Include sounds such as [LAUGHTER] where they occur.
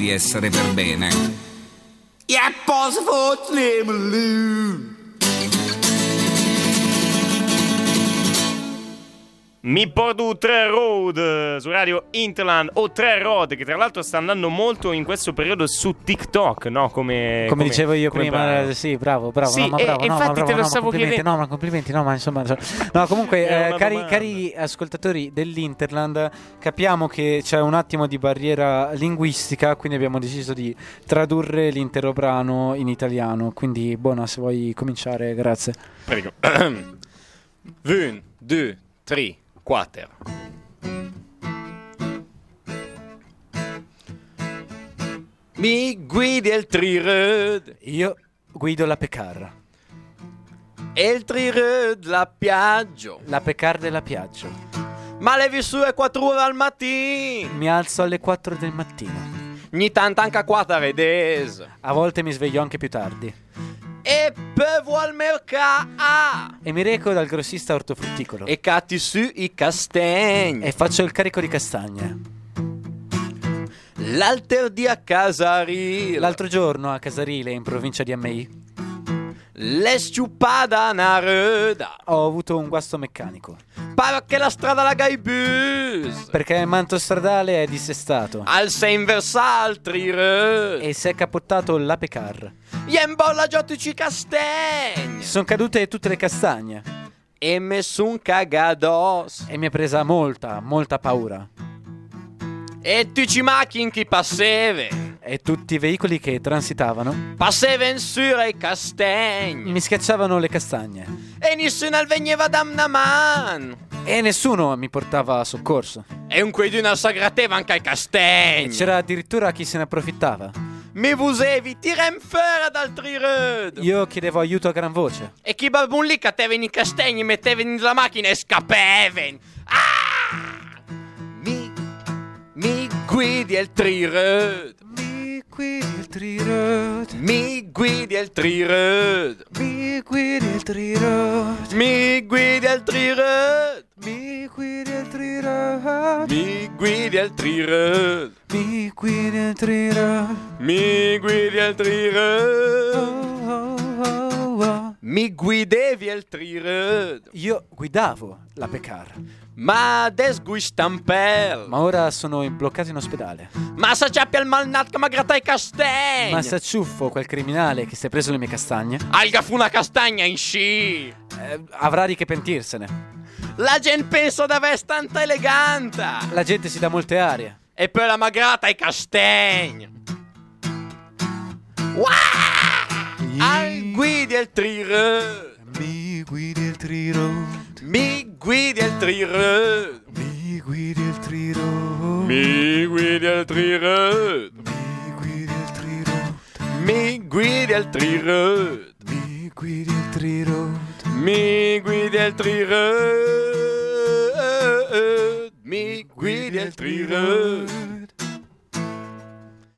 di essere per bene. Jeg passer for Tremmelun. Mi porto tre road eh, su radio Interland o tre road che tra l'altro sta andando molto in questo periodo su TikTok, no? Eh, Come, Come dicevo io come prima, brano. eh, sì, bravo, bravo, Sì, no, ma e- bravo, e no, ma infatti bravo, te lo no, ma stavo complimenti, chiedendo. No, ma complimenti, no, ma insomma, insomma, no, comunque, [LAUGHS] Era eh, una cari, domanda. cari ascoltatori dell'Interland, capiamo che c'è un attimo di barriera linguistica, quindi abbiamo deciso di tradurre l'intero brano in italiano, quindi buona, se vuoi cominciare, grazie. Prego. 1, 2, 3, 4. Mi guidi il trirud, Io guido la Pecar, il trirud la piaggio. la Pecar della piaggia. Ma levi su e 4 ore al mattino. Mi alzo alle 4 del mattino, Ogni tanto anche a 4 des. a volte mi sveglio anche più tardi, E bevo al mercato. e mi reco dal grossista ortofrutticolo. E catti su i castagni. E faccio il carico di castagne. L'alter di a casa rila. L'altro giorno a Casarile, in provincia di Amei, L'esciupata naruda. ho avuto un guasto meccanico. Pare che la strada la gaibus. Perché il manto stradale è dissestato Al se inversaltri re. e si è cappottato la pecar. Iembolla giottici castagni. Sono cadute tutte le castagne E nessun cagados. e mi è presa molta, molta paura. E tu ci macchini chi passeve. E tutti i veicoli che transitavano Passeve in sura i castagni. mi schiacciavano le castagne. E nessuno veniva da una man. E nessuno mi portava soccorso. E un quei di una sagrateva anche ai E castagni. c'era addirittura chi se ne approfittava. Mi vusevi, tira in fuori ad altri red. Io chiedevo aiuto a gran voce. E chi babun lì cateveni i castagni, metteveni nella macchina e scappeven. Ah! Mi, mi guidi il trirud. Mi guidi il trirot, Mi guidi il trirud. mi guidi il trirot. Mi guidi il trirud. Mi guidi il trirot, Mi guidi il trirud. mi guidi il trirot, Mi guidi il trirud. oh, oh, oh. Mi guidevi il trirud. Io guidavo la Pecar, Ma desguistampel. ma ora sono in- bloccato in ospedale. Ma sa ciappi al malnat che ma gratta i castagni. Ma se acciuffo quel criminale che si è preso le mie castagne, Alga fu una castagna in sci. eh, avrà di che pentirsene. La gente pensa di essere tanta elegante La gente si dà molte arie. e poi la magrata ai castagni. Al guidi il trirò, Mi guidi il trirot, mi guidi il trirò, mi guidi il trirot, mi guidi il trirò, mi guidi il trirot, mi guidi il trirò, mi guidi il trirot, mi guidi il trirò, mi guidi il trirò.